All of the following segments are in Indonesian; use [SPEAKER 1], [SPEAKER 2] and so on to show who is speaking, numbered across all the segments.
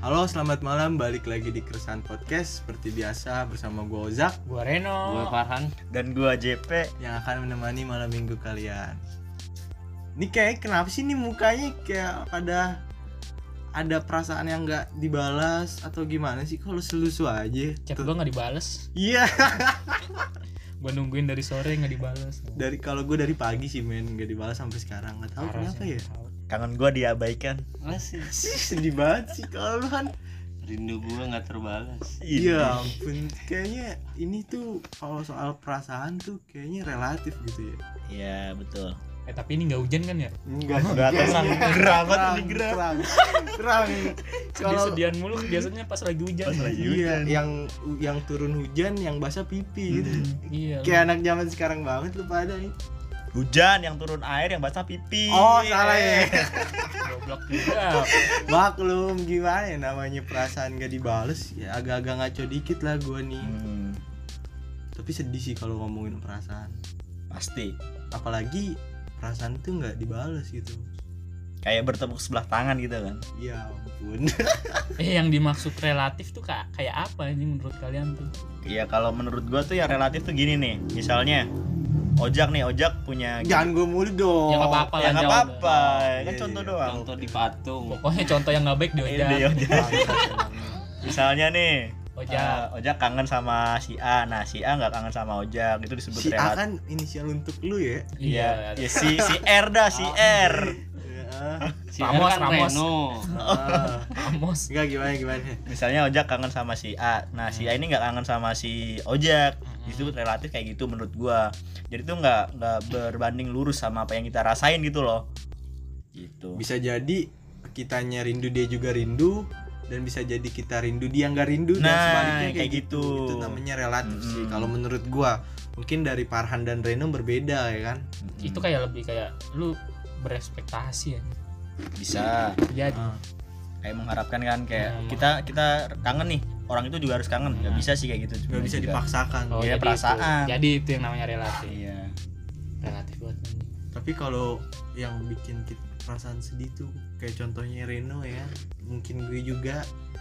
[SPEAKER 1] Halo, selamat malam. Balik lagi di Keresahan Podcast seperti biasa bersama gua Ozak
[SPEAKER 2] Gua Reno.
[SPEAKER 3] Gue Farhan.
[SPEAKER 4] dan gua JP
[SPEAKER 1] yang akan menemani malam minggu kalian. Ini kayak kenapa sih nih mukanya kayak pada ada perasaan yang nggak dibalas atau gimana sih kalau selusu aja?
[SPEAKER 2] Chat
[SPEAKER 1] Tuh.
[SPEAKER 2] gua nggak dibales.
[SPEAKER 1] Iya,
[SPEAKER 2] Gua nungguin dari sore nggak dibales.
[SPEAKER 1] dari kalau gue dari pagi sih men nggak dibalas sampai sekarang nggak tahu
[SPEAKER 2] Parah
[SPEAKER 1] kenapa
[SPEAKER 2] sih,
[SPEAKER 1] ya.
[SPEAKER 2] nggak tahu.
[SPEAKER 4] kangen gua kan? diabaikan
[SPEAKER 3] Masih.
[SPEAKER 1] Sih sedih banget sih kalau lu kan
[SPEAKER 3] Rindu gue nggak terbalas.
[SPEAKER 1] Iya ampun Kayaknya ini tuh kalau soal perasaan tuh kayaknya relatif gitu ya
[SPEAKER 4] iya betul
[SPEAKER 2] Eh tapi ini nggak hujan kan ya?
[SPEAKER 1] Enggak
[SPEAKER 4] udah terang gerah banget ini gerah
[SPEAKER 1] iya Terang Terang Kalau
[SPEAKER 2] Sedih-sedihan mulu biasanya pas lagi hujan.
[SPEAKER 4] pas lagi
[SPEAKER 1] Iya
[SPEAKER 4] hujan
[SPEAKER 1] yang yang turun hujan yang basah pipi gitu
[SPEAKER 4] Hmm.
[SPEAKER 2] Iya. lu-
[SPEAKER 1] Kayak anak zaman sekarang banget lu pada nih
[SPEAKER 4] hujan yang turun air yang basah pipi
[SPEAKER 1] Oh salah ya
[SPEAKER 2] Goblok juga.
[SPEAKER 1] Maklum gimana ya namanya perasaan gak dibales Ya agak-agak ngaco dikit lah gua nih
[SPEAKER 4] Hmm,
[SPEAKER 1] Tapi sedih sih kalau ngomongin perasaan
[SPEAKER 4] pasti
[SPEAKER 1] Apalagi perasaan tuh nggak dibales gitu
[SPEAKER 4] kayak bertepuk sebelah tangan gitu kan
[SPEAKER 1] Ya ampun
[SPEAKER 2] Eh yang dimaksud relatif tuh ka- kayak apa ini menurut kalian tuh?
[SPEAKER 4] Iya kalau menurut gua tuh yang relatif tuh gini nih misalnya Ojak nih Ojak punya
[SPEAKER 1] Jangan gue mulu dong.
[SPEAKER 2] Ya nggak apa-apa
[SPEAKER 4] ya
[SPEAKER 2] lah.
[SPEAKER 4] nggak
[SPEAKER 2] jawab.
[SPEAKER 4] apa-apa
[SPEAKER 1] Iya,
[SPEAKER 4] kan
[SPEAKER 1] iya,
[SPEAKER 4] contoh
[SPEAKER 1] iya.
[SPEAKER 4] doang
[SPEAKER 3] Contoh di patung.
[SPEAKER 2] Pokoknya contoh yang nggak baik di
[SPEAKER 4] Ini
[SPEAKER 2] ojak.
[SPEAKER 4] Ojak. misalnya nih
[SPEAKER 2] Ojak.
[SPEAKER 4] eh, Ojak kangen sama si A nah si A nggak kangen sama Ojak itu disebut
[SPEAKER 1] Si A
[SPEAKER 4] relatif
[SPEAKER 1] kan inisial untuk lu ya.
[SPEAKER 4] Iya,
[SPEAKER 2] Iya.
[SPEAKER 4] ya, si si R dah, si R.
[SPEAKER 1] Ya.
[SPEAKER 3] Si R
[SPEAKER 2] Ramos,
[SPEAKER 3] kan
[SPEAKER 2] Ramos.
[SPEAKER 3] Reno.
[SPEAKER 1] Ah.
[SPEAKER 4] Iya.
[SPEAKER 2] Amos.
[SPEAKER 1] Enggak gimana gimana.
[SPEAKER 4] Misalnya Ojak kangen sama si A. Nah, si A ini nggak kangen sama si Ojak.
[SPEAKER 2] Hmm.
[SPEAKER 4] Itu relatif kayak gitu menurut gua. Jadi tuh nggak nggak berbanding lurus sama apa yang kita rasain gitu loh. Gitu.
[SPEAKER 1] Bisa jadi kitanya rindu dia juga rindu dan bisa jadi kita rindu dia nggak rindu dan
[SPEAKER 4] Nah,
[SPEAKER 1] sebaliknya kayak,
[SPEAKER 4] kayak
[SPEAKER 1] gitu.
[SPEAKER 4] gitu.
[SPEAKER 1] Itu namanya relatif sih
[SPEAKER 4] Mm-mm.
[SPEAKER 1] kalau menurut gua. Mungkin dari Parhan dan Reno berbeda ya kan.
[SPEAKER 4] Hmm,
[SPEAKER 2] Itu kayak lebih kayak lu berespektasi ya.
[SPEAKER 4] bisa
[SPEAKER 2] Jadi
[SPEAKER 1] Ah.
[SPEAKER 4] kayak mengharapkan kan kayak
[SPEAKER 2] Hmm.
[SPEAKER 4] kita kita kangen nih. Orang itu juga harus kangen. Nggak bisa sih kayak gitu.
[SPEAKER 1] Nggak bisa
[SPEAKER 4] Juga.
[SPEAKER 1] dipaksakan.
[SPEAKER 2] Oh, jadi
[SPEAKER 4] Iya, perasaan.
[SPEAKER 2] Itu. Jadi itu yang namanya relatif.
[SPEAKER 4] Iya.
[SPEAKER 2] Relatif buat ini.
[SPEAKER 1] Tapi kalau yang bikin kita perasaan sedih tuh kayak contohnya Reno ya. Mungkin gue juga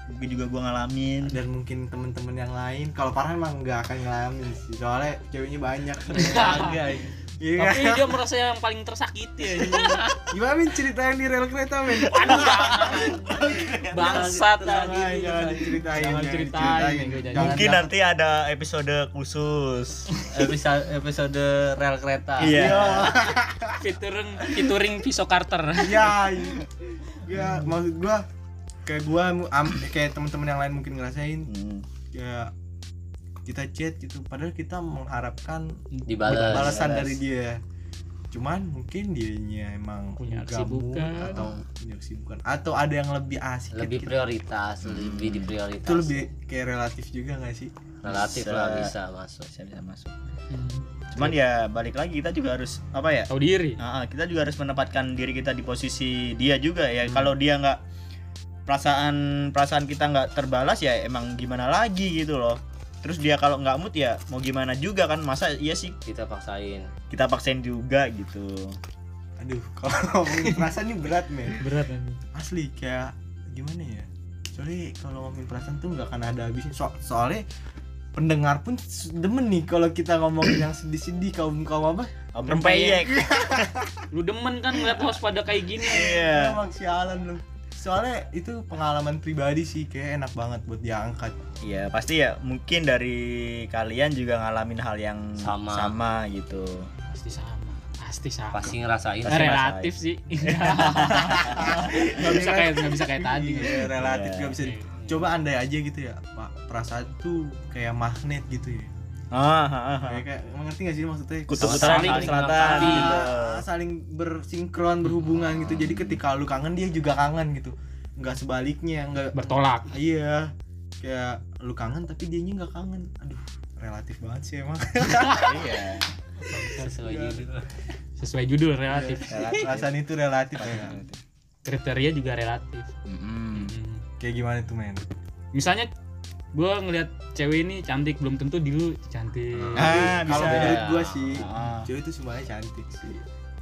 [SPEAKER 4] Mungkin juga gua ngalamin.
[SPEAKER 1] dan mungkin temen-temen yang lain kalau Farhan mah nggak akan ngalamin sih soalnya ceweknya banyak
[SPEAKER 4] Agak.
[SPEAKER 1] Iya kan?
[SPEAKER 2] Tapi dia merasa yang paling tersakiti ya.
[SPEAKER 1] gimana min cerita yang di rel kereta min
[SPEAKER 2] Aduh, Iya. bangsat
[SPEAKER 1] Jangan,
[SPEAKER 2] lagi.
[SPEAKER 1] jangan diceritain
[SPEAKER 2] Jangan ceritain. Gua jadi-
[SPEAKER 1] Jangan.
[SPEAKER 4] Mungkin nanti ada episode khusus.
[SPEAKER 3] Episode episode rel kereta.
[SPEAKER 4] Iya.
[SPEAKER 2] Featuring featuring Piso Carter.
[SPEAKER 1] ya ya maksud gua kayak gua mu- am, kayak temen-temen yang lain mungkin ngerasain
[SPEAKER 4] Hmm.
[SPEAKER 1] ya kita chat gitu padahal kita mengharapkan
[SPEAKER 3] Dibalas.
[SPEAKER 1] balasan
[SPEAKER 4] balas.
[SPEAKER 1] dari dia cuman mungkin dianya emang
[SPEAKER 2] Punya
[SPEAKER 1] gabut
[SPEAKER 2] kesibukan.
[SPEAKER 1] atau punya kesibukan atau ada yang lebih asik
[SPEAKER 3] Lebih
[SPEAKER 1] gitu.
[SPEAKER 3] prioritas, lebih diprioritas.
[SPEAKER 1] itu lebih kayak relatif juga gak sih
[SPEAKER 3] relatif
[SPEAKER 4] Bisa.
[SPEAKER 3] lah bisa masuk.
[SPEAKER 4] Bisa bisa masuk.
[SPEAKER 2] Hmm.
[SPEAKER 4] Cuman ya balik lagi kita juga harus apa ya?
[SPEAKER 2] Tahu diri.
[SPEAKER 4] Ah, ah, kita juga harus menempatkan diri kita di posisi dia juga ya. Kalau dia nggak perasaan perasaan kita nggak terbalas ya emang gimana lagi gitu loh. Terus dia kalau nggak mood ya mau gimana juga kan masa iya sih
[SPEAKER 3] Kita paksain.
[SPEAKER 4] kita paksain juga gitu.
[SPEAKER 1] aduh kalau ngomongin perasaan ini berat men
[SPEAKER 2] Berat ini.
[SPEAKER 1] asli kayak gimana ya soalnya kalau ngomongin perasaan tuh nggak akan ada habisnya So- soalnya pendengar pun s- demen nih kalau kita ngomongin yang sedih-sedih kaum kaum apa
[SPEAKER 4] Oh, Rempeyek.
[SPEAKER 2] Lu demen kan ngeliat host pada kayak gini.
[SPEAKER 4] Iya.
[SPEAKER 1] emang sialan lu soalnya itu pengalaman pribadi sih kayak enak banget buat diangkat
[SPEAKER 4] Iya, pasti ya mungkin dari kalian juga ngalamin hal yang
[SPEAKER 3] Sama.
[SPEAKER 4] sama gitu.
[SPEAKER 2] Pasti sama. Pasti sama.
[SPEAKER 3] Pasti ngerasain.
[SPEAKER 2] Eh, relatif sih. Nggak bisa kayak nggak bisa kayak tadi.
[SPEAKER 1] Iya, relatif
[SPEAKER 4] Iya.
[SPEAKER 1] nggak bisa di- coba andai aja gitu ya pak perasaan tuh kayak magnet gitu ya
[SPEAKER 4] Ah, ah, ah, ah.
[SPEAKER 2] Nah.
[SPEAKER 1] kayak, kayak mengerti nggak sih maksudnya
[SPEAKER 4] Kutub
[SPEAKER 3] Sama
[SPEAKER 4] utara
[SPEAKER 3] saling
[SPEAKER 4] kali selatan.
[SPEAKER 3] melengkapi.
[SPEAKER 2] Iya.
[SPEAKER 4] gitu.
[SPEAKER 1] Ah, saling bersinkron berhubungan gitu jadi ketika lu kangen dia juga kangen gitu nggak sebaliknya nggak
[SPEAKER 2] Bertolak.
[SPEAKER 1] iya kayak lu kangen tapi dia nggak kangen aduh relatif banget sih emang
[SPEAKER 4] Iya.
[SPEAKER 3] Sesuai gitu. judul.
[SPEAKER 2] Sesuai judul relatif.
[SPEAKER 4] Relatif. Iya.
[SPEAKER 1] perasaan itu relatif ya
[SPEAKER 2] Kriteria juga relatif.
[SPEAKER 4] Mm-mm.
[SPEAKER 2] Hmm.
[SPEAKER 1] kayak gimana tuh men
[SPEAKER 2] Misalnya gue ngelihat cewek ini cantik belum tentu di lu cantik.
[SPEAKER 4] Ah,
[SPEAKER 1] kalau
[SPEAKER 4] bisa.
[SPEAKER 1] menurut gua sih
[SPEAKER 4] Ah.
[SPEAKER 1] cewek itu semuanya cantik sih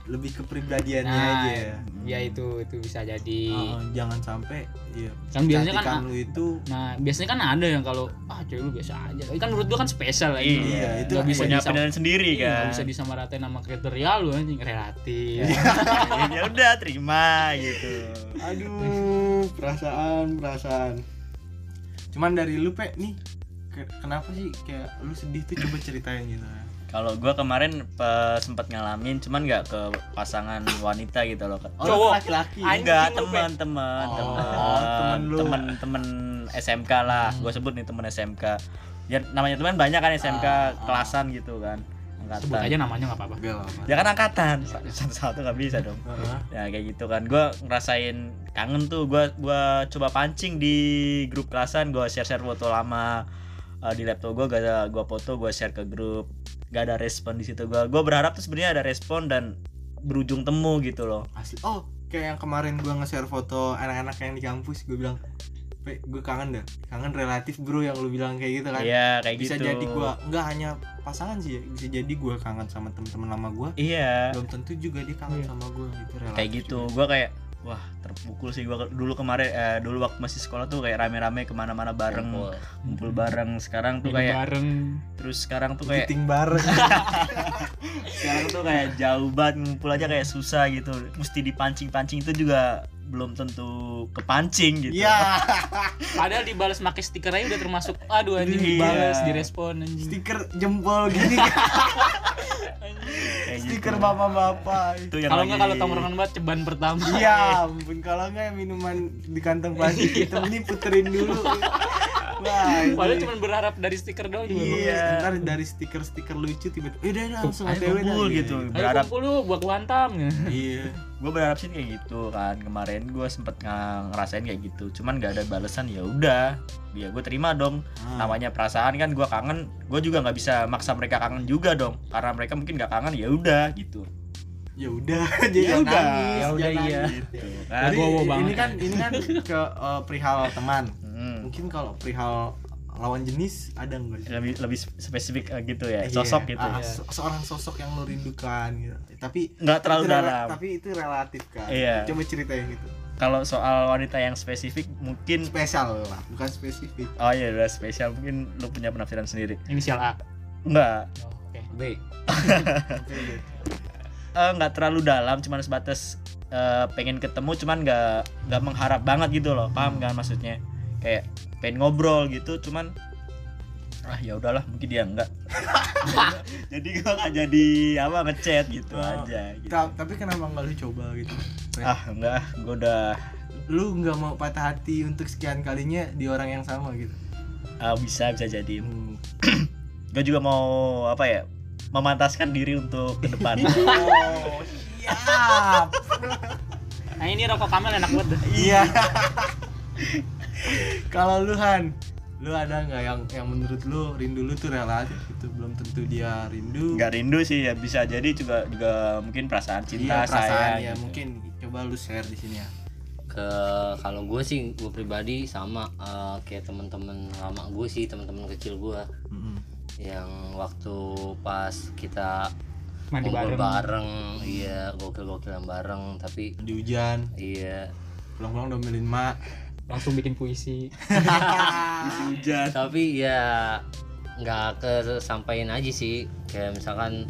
[SPEAKER 1] lebih ke pribadiannya aja
[SPEAKER 2] nah
[SPEAKER 1] ya.
[SPEAKER 2] ya itu itu bisa jadi
[SPEAKER 1] Oh, jangan sampai ya
[SPEAKER 2] Kan biasanya kan,
[SPEAKER 1] kecantikan
[SPEAKER 2] ah,
[SPEAKER 1] lu itu
[SPEAKER 2] nah biasanya kan ada yang kalau ah cewek lu biasa aja tapi kan menurut gua kan spesial
[SPEAKER 4] Iya,
[SPEAKER 2] lagi
[SPEAKER 1] itu
[SPEAKER 2] nggak bisa
[SPEAKER 4] punya
[SPEAKER 2] disam-
[SPEAKER 4] penilaian sendiri
[SPEAKER 2] Iya, nggak
[SPEAKER 4] kan.
[SPEAKER 2] bisa disamaratain sama kriteria lu anjing relatif
[SPEAKER 4] ya udah terima gitu.
[SPEAKER 1] aduh perasaan perasaan cuman dari lu pe nih ke- kenapa sih kayak lu sedih tuh coba ceritain gitu
[SPEAKER 4] Kalau gua kemarin eh, sempat ngalamin cuman nggak ke pasangan wanita gitu loh.
[SPEAKER 1] oh,
[SPEAKER 2] lu Cowok.
[SPEAKER 1] laki-laki
[SPEAKER 2] Anjing
[SPEAKER 4] Enggak,
[SPEAKER 2] lu, Pe.
[SPEAKER 4] teman-teman,
[SPEAKER 1] Oh, temen
[SPEAKER 4] teman,
[SPEAKER 1] lu.
[SPEAKER 4] teman, teman SMK lah. Gua sebut nih teman SMK. Ya namanya teman banyak kan SMK kelasan gitu kan.
[SPEAKER 2] sebut aja
[SPEAKER 4] Angkatan.
[SPEAKER 2] namanya nggak apa-apa
[SPEAKER 1] gak apa
[SPEAKER 4] Ya kan angkatan. Satu-satu nggak bisa dong. ya kayak gitu kan gue ngerasain kangen tuh gue gua coba pancing di grup kelasan gue share share foto lama eh, di laptop gue gak ada gue foto gue share ke grup gak ada respon di situ gue gue berharap tuh sebenarnya ada respon dan berujung temu gitu loh
[SPEAKER 1] asli oh kayak yang kemarin gua nge-share foto anak-anak yang di kampus gue bilang pe gue kangen dah kangen relatif bro yang lu bilang kayak gitu kan
[SPEAKER 4] iya kayak
[SPEAKER 1] bisa
[SPEAKER 4] gitu
[SPEAKER 1] jadi gua nggak hanya pasangan sih ya bisa jadi gua kangen sama temen-temen lama gua
[SPEAKER 4] iya
[SPEAKER 1] belum tentu juga dia kangen
[SPEAKER 2] Iya.
[SPEAKER 1] sama gua gitu relatif
[SPEAKER 4] kayak gitu gue kayak wah terpukul sih gue dulu kemarin eh, dulu waktu masih sekolah tuh kayak rame-rame kemana-mana bareng
[SPEAKER 3] Kumpul.
[SPEAKER 4] kumpul bareng sekarang tuh
[SPEAKER 2] Minum
[SPEAKER 4] kayak
[SPEAKER 2] bareng
[SPEAKER 4] terus sekarang tuh kayak
[SPEAKER 1] meeting bareng gitu.
[SPEAKER 4] sekarang tuh kayak jauh banget ngumpul aja kayak susah gitu mesti dipancing-pancing itu juga belum tentu kepancing gitu
[SPEAKER 1] iya
[SPEAKER 2] padahal dibalas pakai stiker aja udah termasuk aduh anjing
[SPEAKER 4] Iya.
[SPEAKER 2] dibalas direspon anjing
[SPEAKER 1] stiker jempol gini
[SPEAKER 4] Kayak gitu.
[SPEAKER 1] stiker bapak-bapak
[SPEAKER 4] itu yang
[SPEAKER 2] kalau
[SPEAKER 4] lagi-
[SPEAKER 2] nggak kalau tongkrongan banget ceban pertama
[SPEAKER 1] iya ampun kalau nggak minuman di kantong plastik
[SPEAKER 4] Iya.
[SPEAKER 1] hitam ini puterin dulu Wah, ini-
[SPEAKER 2] padahal cuma berharap dari stiker doang juga
[SPEAKER 1] iya ntar dari stiker-stiker lucu tiba-tiba eh udah udah, langsung
[SPEAKER 4] ayo
[SPEAKER 1] ATW dah.
[SPEAKER 4] kumpul
[SPEAKER 1] Iya,
[SPEAKER 4] gitu
[SPEAKER 2] Ayo
[SPEAKER 4] berharap
[SPEAKER 2] kumpul lu gua kuantam
[SPEAKER 1] iya
[SPEAKER 4] gue berharap sih kayak gitu kan kemarin gue sempet nga- ngerasain kayak gitu cuman gak ada balasan ya udah ya gue terima dong
[SPEAKER 1] Ah, Hmm.
[SPEAKER 4] namanya perasaan kan gue kangen gue juga nggak bisa maksa mereka kangen juga dong karena mereka mungkin nggak kangen ya udah gitu
[SPEAKER 1] ya udah jadi
[SPEAKER 4] Ya
[SPEAKER 1] jangan
[SPEAKER 4] udah,
[SPEAKER 1] nangis,
[SPEAKER 4] ya udah,
[SPEAKER 1] jangan
[SPEAKER 4] iya.
[SPEAKER 1] nangis.
[SPEAKER 4] kan
[SPEAKER 1] Jadi,
[SPEAKER 2] Legowo banget.
[SPEAKER 1] ini kan ini kan ke eh, perihal teman
[SPEAKER 4] Hmm.
[SPEAKER 1] mungkin kalau perihal lawan jenis ada nggak
[SPEAKER 4] lebih lebih spesifik eh, gitu ya
[SPEAKER 1] Iya.
[SPEAKER 4] sosok gitu
[SPEAKER 1] Ah,
[SPEAKER 4] ya.
[SPEAKER 1] se- seorang sosok yang lo rindukan gitu tapi
[SPEAKER 4] nggak terlalu
[SPEAKER 1] itu rela-
[SPEAKER 4] dalam
[SPEAKER 1] tapi itu relatif kan
[SPEAKER 4] Iya.
[SPEAKER 1] coba ceritain gitu
[SPEAKER 4] kalau soal wanita yang spesifik mungkin
[SPEAKER 1] spesial lah bukan spesifik
[SPEAKER 4] oh iya udah spesial mungkin lu punya penafsiran sendiri
[SPEAKER 2] inisial A
[SPEAKER 4] enggak
[SPEAKER 2] Oh, oke
[SPEAKER 3] B
[SPEAKER 4] Iya, eh, enggak terlalu dalam cuman sebatas eh, pengen ketemu cuman enggak enggak mengharap banget gitu loh paham kan maksudnya kayak pengen ngobrol gitu cuman ah ya udahlah mungkin dia enggak jadi gua nggak jadi apa ngechat gitu
[SPEAKER 1] Oh,
[SPEAKER 4] aja gitu.
[SPEAKER 1] Ta- tapi kenapa nggak lu coba gitu
[SPEAKER 4] ah enggak gua udah
[SPEAKER 1] lu nggak mau patah hati untuk sekian kalinya di orang yang sama gitu
[SPEAKER 4] ah, bisa bisa jadi
[SPEAKER 1] Hmm.
[SPEAKER 4] gue juga mau apa ya memantaskan diri untuk ke depan
[SPEAKER 1] oh siap
[SPEAKER 2] nah ini rokok kamel enak banget dah.
[SPEAKER 1] iya kalau lu Han lu ada nggak yang yang menurut lu rindu lu tuh relatif gitu belum tentu dia rindu
[SPEAKER 4] nggak rindu sih ya bisa jadi juga juga mungkin perasaan cinta
[SPEAKER 1] Iya, perasaan
[SPEAKER 4] sayang
[SPEAKER 1] ya
[SPEAKER 4] gitu.
[SPEAKER 1] mungkin coba lu share di sini ya
[SPEAKER 3] ke kalau gue sih gue pribadi sama eh, kayak temen-temen lama gue sih temen-temen kecil gue yang waktu pas kita
[SPEAKER 2] mandi
[SPEAKER 3] kumpul
[SPEAKER 2] bareng
[SPEAKER 3] bareng iya gokil-gokilan bareng tapi
[SPEAKER 1] di hujan
[SPEAKER 3] iya
[SPEAKER 1] pulang-pulang domelin mak
[SPEAKER 2] langsung bikin puisi
[SPEAKER 4] hujan
[SPEAKER 3] tapi ya nggak kesampaian aja sih kayak misalkan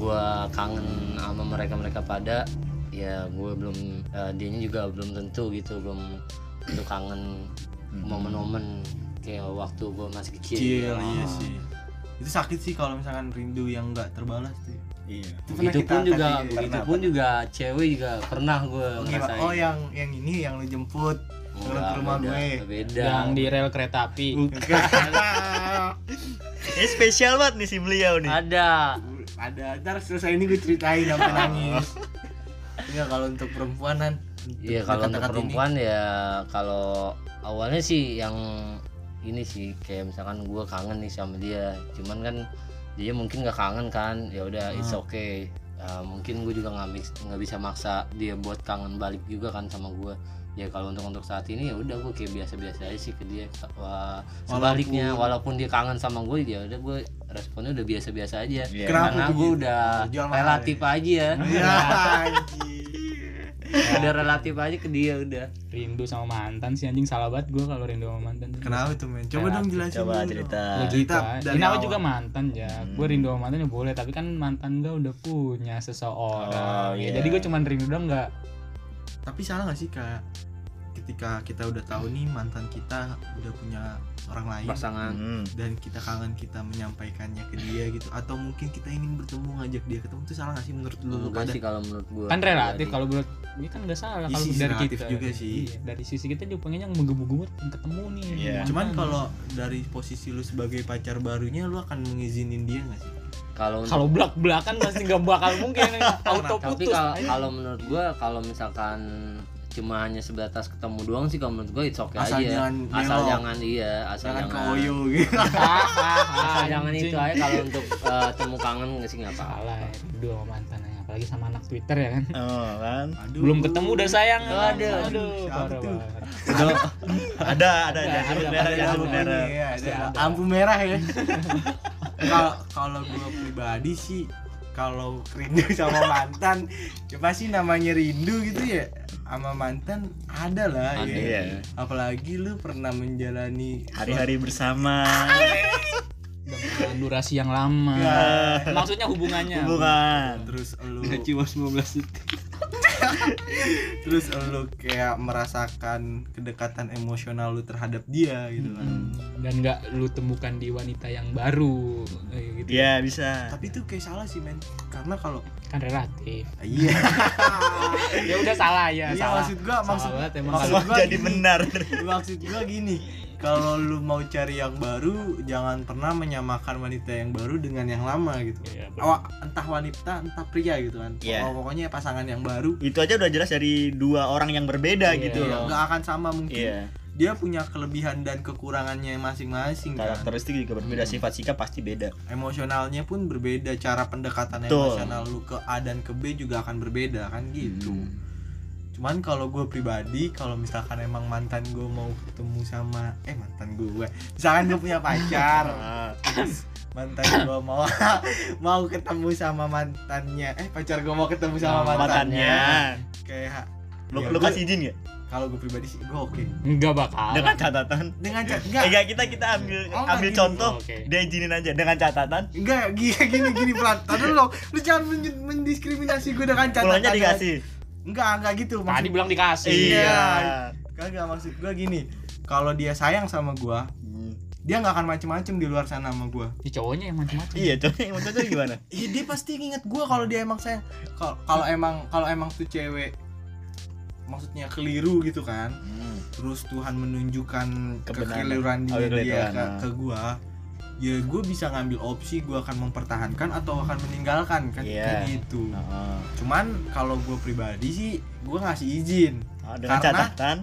[SPEAKER 3] gua kangen sama mereka mereka pada ya gue belum eh, dianya juga belum tentu gitu belum tentu kangen momen-momen kayak waktu gue masih
[SPEAKER 1] Hmm.
[SPEAKER 3] kecil gitu.
[SPEAKER 1] kecil iya sih itu sakit sih kalau misalkan rindu yang nggak terbalas tuh
[SPEAKER 4] iya
[SPEAKER 1] itu pernah kita
[SPEAKER 3] begitu pun
[SPEAKER 1] angkat
[SPEAKER 3] juga
[SPEAKER 1] di-
[SPEAKER 3] begitu
[SPEAKER 4] Pernah,
[SPEAKER 3] pun juga cewek juga pernah gue
[SPEAKER 1] oh, gimana?
[SPEAKER 3] ngerasain
[SPEAKER 1] oh yang yang ini yang lu jemput lu
[SPEAKER 3] Enggak,
[SPEAKER 1] ke rumah
[SPEAKER 3] beda,
[SPEAKER 1] gue
[SPEAKER 3] beda
[SPEAKER 4] Iya.
[SPEAKER 2] yang di rel kereta api
[SPEAKER 1] bukan
[SPEAKER 4] ini spesial banget nih si beliau nih
[SPEAKER 3] ada
[SPEAKER 1] ada ntar selesai ini gue ceritain apa nangis Iya kalau untuk perempuan kan untuk
[SPEAKER 3] Iya kalau untuk
[SPEAKER 1] dekat-dekat ini.
[SPEAKER 3] perempuan ya kalau awalnya sih yang ini sih kayak misalkan
[SPEAKER 1] Ah.
[SPEAKER 3] gua kangen nih sama dia, cuman kan dia mungkin nggak kangen kan, ya udah it's okay. ya mungkin gue juga nggak mix- nggak bisa maksa dia buat kangen balik juga kan sama gue ya kalau untuk untuk saat ini ya udah gue kayak biasa-biasa aja sih ke dia Wah, sebaliknya walaupun dia kangen sama gue ya udah gue responnya udah biasa-biasa aja
[SPEAKER 4] Iya.
[SPEAKER 1] Kenapa
[SPEAKER 3] karena
[SPEAKER 1] tuh
[SPEAKER 3] gue
[SPEAKER 1] gitu?
[SPEAKER 3] udah
[SPEAKER 1] Jual mahal
[SPEAKER 3] relatif aja ya
[SPEAKER 1] Iya, anjir.
[SPEAKER 3] udah relatif aja ke dia udah
[SPEAKER 2] rindu sama mantan sih anjing salah banget gue kalau rindu sama mantan
[SPEAKER 1] Kenapa itu men? Coba dong jelasin.
[SPEAKER 4] Coba
[SPEAKER 1] dulu
[SPEAKER 4] cerita.
[SPEAKER 1] dong.
[SPEAKER 2] Lo
[SPEAKER 1] Cerita
[SPEAKER 2] juga,
[SPEAKER 1] dari
[SPEAKER 2] ini aku
[SPEAKER 1] awal. Hmm.
[SPEAKER 2] juga mantan ya. Gue rindu sama mantan ya boleh, tapi kan mantan gue udah punya
[SPEAKER 4] Oh,
[SPEAKER 2] seseorang.
[SPEAKER 4] iya.
[SPEAKER 2] ya, jadi gue cuman rindu doang nggak.
[SPEAKER 1] Tapi salah gak sih kak? Ketika kita udah tahu nih mantan kita udah punya orang lain
[SPEAKER 3] pasangan
[SPEAKER 4] Hmm.
[SPEAKER 1] dan kita kangen kita menyampaikannya ke dia gitu atau mungkin kita ingin bertemu ngajak dia ketemu itu salah gak sih menurut lu lu
[SPEAKER 3] enggak
[SPEAKER 1] pada
[SPEAKER 3] sih kalau menurut gue
[SPEAKER 2] Kan relatif kalau menurut ini kan nggak salah
[SPEAKER 1] Di
[SPEAKER 2] kalau
[SPEAKER 1] sisi
[SPEAKER 2] dari
[SPEAKER 1] relatif
[SPEAKER 2] kita.
[SPEAKER 1] juga sih.
[SPEAKER 2] Iya, dari sisi kita dia pengen yang menggebu-gebu pengen ketemu nih.
[SPEAKER 4] Iya.
[SPEAKER 2] mantan.
[SPEAKER 1] cuman kalau dari posisi lu sebagai pacar barunya lu akan mengizinin dia gak sih
[SPEAKER 3] kalau untuk-
[SPEAKER 2] kalau belak-belakan pasti nggak bakal mungkin
[SPEAKER 1] Nah,
[SPEAKER 2] auto
[SPEAKER 3] tapi
[SPEAKER 2] putus.
[SPEAKER 3] kalau kalau menurut gue kalau misalkan cuma hanya sebatas ketemu doang sih kalau menurut gue it's okay
[SPEAKER 1] Asal
[SPEAKER 3] aja
[SPEAKER 1] jangan
[SPEAKER 3] asal
[SPEAKER 1] belok.
[SPEAKER 3] jangan iya asal
[SPEAKER 1] jangan
[SPEAKER 3] jangan,
[SPEAKER 1] ke oyo gitu
[SPEAKER 3] asal
[SPEAKER 2] Hahaha,
[SPEAKER 3] jangan
[SPEAKER 2] anjing.
[SPEAKER 3] itu aja kalau untuk eh, temu kangen nggak sih nggak apa-apa
[SPEAKER 2] Salah ya, rindu sama mantan ya. apalagi sama anak Twitter ya kan.
[SPEAKER 4] Oh, kan.
[SPEAKER 1] Aduh.
[SPEAKER 2] Belum ketemu udah sayang.
[SPEAKER 3] Aduh,
[SPEAKER 2] Aduh,
[SPEAKER 1] aduh,
[SPEAKER 2] aduh,
[SPEAKER 1] siapa
[SPEAKER 2] parah
[SPEAKER 1] tuh?
[SPEAKER 2] banget.
[SPEAKER 4] Ada ada
[SPEAKER 2] Ada,
[SPEAKER 4] jangan sebut
[SPEAKER 2] ada,
[SPEAKER 4] merah
[SPEAKER 1] ada
[SPEAKER 4] jangan
[SPEAKER 1] lampu
[SPEAKER 4] sebut
[SPEAKER 1] merah.
[SPEAKER 4] merah.
[SPEAKER 1] Iya,
[SPEAKER 2] Pasti
[SPEAKER 1] ada
[SPEAKER 2] ada.
[SPEAKER 1] lampu merah ya. Kalau kalau gue pribadi sih kalau rindu sama mantan, ya pasti namanya rindu gitu ya sama mantan ada lah
[SPEAKER 3] Ada,
[SPEAKER 1] ya.
[SPEAKER 4] Iya.
[SPEAKER 1] Apalagi lu pernah menjalani
[SPEAKER 4] Hari-hari bersama.
[SPEAKER 2] Dengan durasi yang lama.
[SPEAKER 4] Ah,
[SPEAKER 2] Maksudnya
[SPEAKER 1] Iya.
[SPEAKER 2] hubungannya.
[SPEAKER 4] Hubungan.
[SPEAKER 1] terus lu
[SPEAKER 3] cuma 19 detik
[SPEAKER 1] terus lu kayak merasakan kedekatan emosional lu terhadap dia gitu kan.
[SPEAKER 2] Hmm. dan nggak lu temukan di wanita yang baru eh, gitu
[SPEAKER 4] Iya, bisa.
[SPEAKER 1] Tapi itu kayak salah sih men, karena kalau
[SPEAKER 2] kan relatif
[SPEAKER 1] iya
[SPEAKER 2] ya udah salah
[SPEAKER 1] Iya,
[SPEAKER 2] ya salah
[SPEAKER 1] maksud gua,
[SPEAKER 2] Salah
[SPEAKER 1] maksud-
[SPEAKER 2] banget emang
[SPEAKER 1] maksud-
[SPEAKER 2] kalau
[SPEAKER 4] Semua
[SPEAKER 1] gua
[SPEAKER 4] jadi
[SPEAKER 1] gini.
[SPEAKER 4] benar.
[SPEAKER 1] maksud gua gini kalau lu mau cari yang baru jangan pernah menyamakan wanita yang baru dengan yang lama gitu
[SPEAKER 2] Iya, bener.
[SPEAKER 1] Awa- entah wanita entah pria gitu kan
[SPEAKER 4] Iya.
[SPEAKER 1] Pokok- pokoknya pasangan yang baru
[SPEAKER 4] Itu aja udah jelas dari dua orang yang berbeda
[SPEAKER 2] Iya.
[SPEAKER 4] gitu loh.
[SPEAKER 1] nggak akan sama mungkin
[SPEAKER 4] Iya,
[SPEAKER 1] dia punya kelebihan dan kekurangannya masing-masing kan
[SPEAKER 4] karakteristik juga berbeda, sifat sikap pasti beda.
[SPEAKER 1] emosionalnya pun berbeda cara pendekatan
[SPEAKER 4] Betul.
[SPEAKER 1] emosional lu ke A dan ke B juga akan berbeda kan gitu
[SPEAKER 4] Hmm.
[SPEAKER 1] cuman kalau gue pribadi kalau misalkan emang mantan gue mau ketemu sama eh mantan gue misalkan gue punya pacar
[SPEAKER 4] Ah,
[SPEAKER 1] mantan gua mau mau ketemu sama mantannya eh pacar gua mau ketemu sama
[SPEAKER 2] Sama
[SPEAKER 1] mantannya,
[SPEAKER 4] mantannya.
[SPEAKER 1] kayak
[SPEAKER 4] Lu
[SPEAKER 1] ya
[SPEAKER 4] lu
[SPEAKER 1] gua-
[SPEAKER 4] kasih izin nggak?
[SPEAKER 1] kalau gue pribadi sih gue oke
[SPEAKER 2] nggak bakal
[SPEAKER 4] Dengan catatan.
[SPEAKER 1] dengan cat
[SPEAKER 4] Eh,
[SPEAKER 1] enggak
[SPEAKER 4] Enggak, kita kita ambil
[SPEAKER 1] Ya. Oh,
[SPEAKER 4] ambil
[SPEAKER 1] gini.
[SPEAKER 4] contoh.
[SPEAKER 2] Oke.
[SPEAKER 4] Dia izinin aja dengan catatan.
[SPEAKER 1] enggak gini gini gini pelan tadi lo lu jangan men- mendiskriminasi gue dengan catatan
[SPEAKER 4] Pulangnya dikasih.
[SPEAKER 1] enggak enggak gitu
[SPEAKER 2] tadi
[SPEAKER 1] maksud
[SPEAKER 2] bilang dikasih
[SPEAKER 1] Iya. kagak maksud gue gini kalau dia sayang sama gua
[SPEAKER 4] Hmm.
[SPEAKER 1] dia nggak akan macem-macem di luar sana sama gua
[SPEAKER 2] Ini cowoknya yang macam-macam
[SPEAKER 4] Iya, coy. Maksudnya gimana?
[SPEAKER 1] Iya dia pasti nginget gue kalau dia emang sayang kalau kalau emang kalau emang tuh cewek maksudnya keliru gitu kan terus Tuhan menunjukkan
[SPEAKER 4] Kebenaran.
[SPEAKER 1] kekeliruan dia,
[SPEAKER 4] Oh, kekeliruan,
[SPEAKER 1] dia ke,
[SPEAKER 4] ah.
[SPEAKER 1] ke gue ya gue bisa ngambil opsi gue akan mempertahankan atau akan meninggalkan kan
[SPEAKER 4] Iya.
[SPEAKER 1] kayak gitu
[SPEAKER 4] Heeh.
[SPEAKER 1] cuman kalau gue pribadi sih gue ngasih izin
[SPEAKER 4] Ah, dengan
[SPEAKER 1] Karena-
[SPEAKER 4] catatan.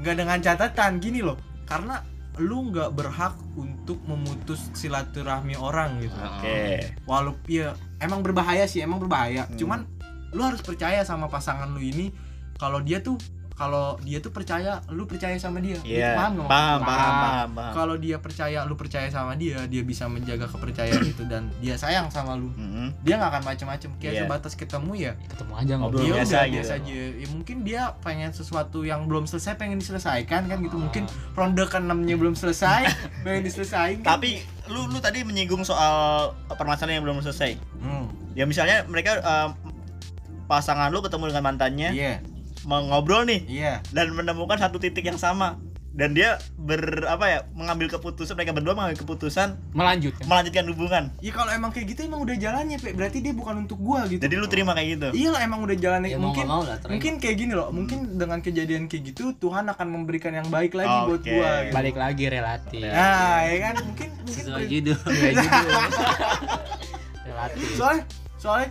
[SPEAKER 1] nggak dengan catatan gini loh karena lu nggak berhak untuk memutus silaturahmi orang gitu
[SPEAKER 4] Oke.
[SPEAKER 1] walaupun ya, emang berbahaya sih emang berbahaya
[SPEAKER 4] Hmm.
[SPEAKER 1] cuman lu harus percaya sama pasangan lu ini kalau dia tuh kalau dia tuh percaya lu percaya sama dia Lu
[SPEAKER 4] Iya.
[SPEAKER 1] paham nggak
[SPEAKER 4] Paham, paham,
[SPEAKER 1] maksud gua?
[SPEAKER 4] paham, paham.
[SPEAKER 1] kalau dia percaya lu percaya sama dia dia bisa menjaga kepercayaan itu dan dia sayang sama lu
[SPEAKER 4] Mm-mm.
[SPEAKER 1] dia nggak akan macam-macam kayak
[SPEAKER 4] Iya.
[SPEAKER 1] sebatas ketemu ya
[SPEAKER 2] ketemu aja
[SPEAKER 3] Iya
[SPEAKER 4] Ngobrol
[SPEAKER 1] dia
[SPEAKER 2] ngobrol
[SPEAKER 4] biasa
[SPEAKER 1] udah
[SPEAKER 4] gitu.
[SPEAKER 1] biasa aja ya mungkin dia pengen sesuatu yang belum selesai pengen diselesaikan kan gitu mungkin ronde keenamnya belum selesai pengen diselesaikan
[SPEAKER 4] Tapi lu lu tadi menyinggung soal permasalahan yang belum selesai.
[SPEAKER 1] Hmm,
[SPEAKER 4] Ya misalnya mereka em, pasangan lu ketemu dengan mantannya,
[SPEAKER 3] ya?
[SPEAKER 1] iya
[SPEAKER 4] mau ngobrol nih.
[SPEAKER 1] iya
[SPEAKER 4] dan menemukan satu titik yang sama dan dia ber apa ya mengambil keputusan mereka berdua mengambil keputusan
[SPEAKER 2] melanjutkan
[SPEAKER 4] melanjutkan hubungan
[SPEAKER 1] Ya kalau emang kayak gitu emang udah jalannya, Pe. Berarti dia bukan untuk gua gitu.
[SPEAKER 4] jadi lu terima kayak gitu
[SPEAKER 1] Iya lah emang udah jalannya
[SPEAKER 3] ya mau
[SPEAKER 1] mungkin
[SPEAKER 3] nggak mau lah terima.
[SPEAKER 1] mungkin kayak gini loh. Mungkin dengan kejadian kayak gitu Tuhan akan memberikan yang baik lagi buat
[SPEAKER 4] Oke.
[SPEAKER 1] gua gitu.
[SPEAKER 2] balik lagi relatif
[SPEAKER 1] Nah, ya kan mungkin mungkin
[SPEAKER 3] sesuai judul
[SPEAKER 2] Iya, gitu. relatif
[SPEAKER 1] soalnya soalnya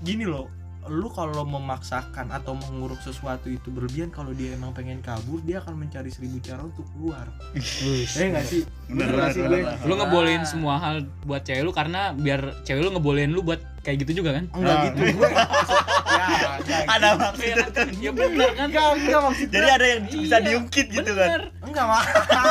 [SPEAKER 1] gini loh. lu kalau memaksakan atau menguruk sesuatu itu berlebihan kalau dia emang pengen kabur dia akan mencari seribu cara untuk keluar
[SPEAKER 2] Wih.
[SPEAKER 1] eh nggak sih
[SPEAKER 4] Bener,
[SPEAKER 1] Bener nggak sih,
[SPEAKER 4] bener,
[SPEAKER 1] gue?
[SPEAKER 4] bener.
[SPEAKER 2] lu
[SPEAKER 3] Ah.
[SPEAKER 2] ngebolehin semua hal buat cewek lu karena biar cewek lu ngebolehin lu buat kayak gitu juga kan
[SPEAKER 1] enggak
[SPEAKER 4] Nah.
[SPEAKER 1] gitu gue ya, ya,
[SPEAKER 4] Ada maksud.
[SPEAKER 2] Iya kan? ya bener kan
[SPEAKER 1] enggak enggak maksud
[SPEAKER 4] Jadi ada yang bisa
[SPEAKER 2] Iya,
[SPEAKER 4] diungkit gitu kan.
[SPEAKER 2] bener
[SPEAKER 1] enggak mak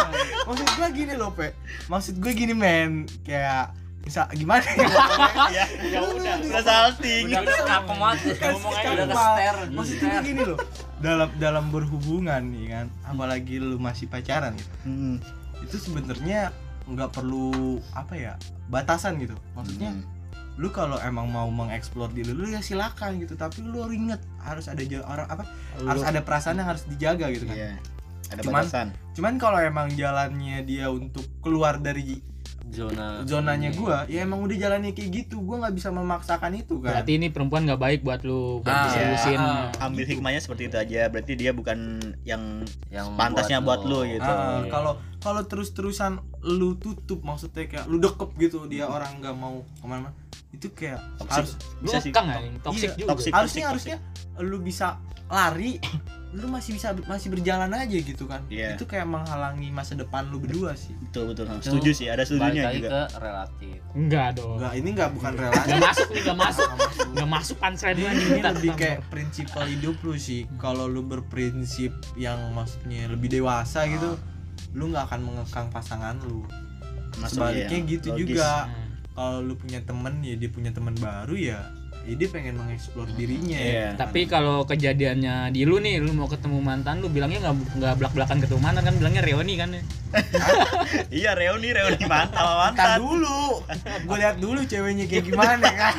[SPEAKER 1] maksud gue gini loh pe maksud gue gini men kayak bisa gimana ya
[SPEAKER 4] Iya.
[SPEAKER 2] ya udah
[SPEAKER 4] Udah salting.
[SPEAKER 2] Udah, udah,
[SPEAKER 3] Aku mati.
[SPEAKER 2] Ngomong aja
[SPEAKER 1] Kan,
[SPEAKER 3] udah ke
[SPEAKER 1] Pak.
[SPEAKER 3] stare,
[SPEAKER 1] maksudnya
[SPEAKER 3] stare.
[SPEAKER 1] gini loh dalam dalam berhubungan nih kan apalagi lu masih pacaran gitu
[SPEAKER 4] Hmm.
[SPEAKER 1] itu sebenarnya nggak perlu apa ya batasan gitu maksudnya
[SPEAKER 3] Hmm.
[SPEAKER 1] lu kalau emang mau mengeksplor diri lu ya silakan gitu tapi lu harus inget harus ada ja- orang apa harus ada perasaan yang harus dijaga gitu kan
[SPEAKER 4] Iya. Ada
[SPEAKER 1] Cuman-
[SPEAKER 4] batasan.
[SPEAKER 1] cuman kalau emang jalannya dia untuk keluar dari
[SPEAKER 3] Zona
[SPEAKER 1] zonanya gua ya emang udah jalannya kayak gitu gua nggak bisa memaksakan itu kan
[SPEAKER 2] berarti ini perempuan nggak baik buat lu buat
[SPEAKER 1] Ah,
[SPEAKER 2] diseriusin
[SPEAKER 1] ah.
[SPEAKER 4] Ambil hikmahnya seperti itu aja. Berarti dia bukan yang
[SPEAKER 3] yang
[SPEAKER 4] pantasnya buat lu gitu.
[SPEAKER 1] Ah,
[SPEAKER 3] iya.
[SPEAKER 1] kalau kalau terus-terusan lu tutup maksudnya kayak lu dekep gitu dia orang nggak mau kemana-mana itu kayak
[SPEAKER 4] Toxic.
[SPEAKER 1] harus
[SPEAKER 2] lu
[SPEAKER 4] Bisa sih.
[SPEAKER 2] kekang anjing toxic
[SPEAKER 1] Iya,
[SPEAKER 2] juga
[SPEAKER 4] toxic.
[SPEAKER 1] harusnya harusnya lu bisa lari lu masih bisa masih berjalan aja gitu kan
[SPEAKER 4] Iya.
[SPEAKER 1] itu kayak menghalangi masa depan lu berdua sih
[SPEAKER 4] Betul betul.
[SPEAKER 3] Itu
[SPEAKER 4] Setuju sih, ada
[SPEAKER 3] Balik
[SPEAKER 4] setujunya
[SPEAKER 3] lagi
[SPEAKER 4] juga.
[SPEAKER 3] ke relatif.
[SPEAKER 2] enggak dong
[SPEAKER 1] Enggak, ini enggak bukan relasi
[SPEAKER 2] nggak masuk nih nggak masuk nggak masuk punchline lu anjing
[SPEAKER 1] ini lebih kayak prinsip hidup lu sih kalau lu berprinsip yang maksudnya lebih dewasa
[SPEAKER 4] Ah.
[SPEAKER 1] gitu lu nggak akan mengekang pasangan lu
[SPEAKER 4] Masuk
[SPEAKER 1] sebaliknya
[SPEAKER 4] ya,
[SPEAKER 1] gitu
[SPEAKER 4] logis.
[SPEAKER 1] juga
[SPEAKER 2] Hmm.
[SPEAKER 1] kalau lu punya temen ya dia punya temen baru ya, ya dia pengen mengeksplor dirinya
[SPEAKER 4] Iya.
[SPEAKER 1] ya.
[SPEAKER 2] tapi kalau kejadiannya di lu nih lu mau ketemu mantan lu bilangnya nggak nggak belak belakan ketemu mantan kan bilangnya reoni kan ya
[SPEAKER 4] Iya, reuni reuni mantap mantap.
[SPEAKER 1] Ntar dulu, gue lihat dulu ceweknya kayak gimana kan.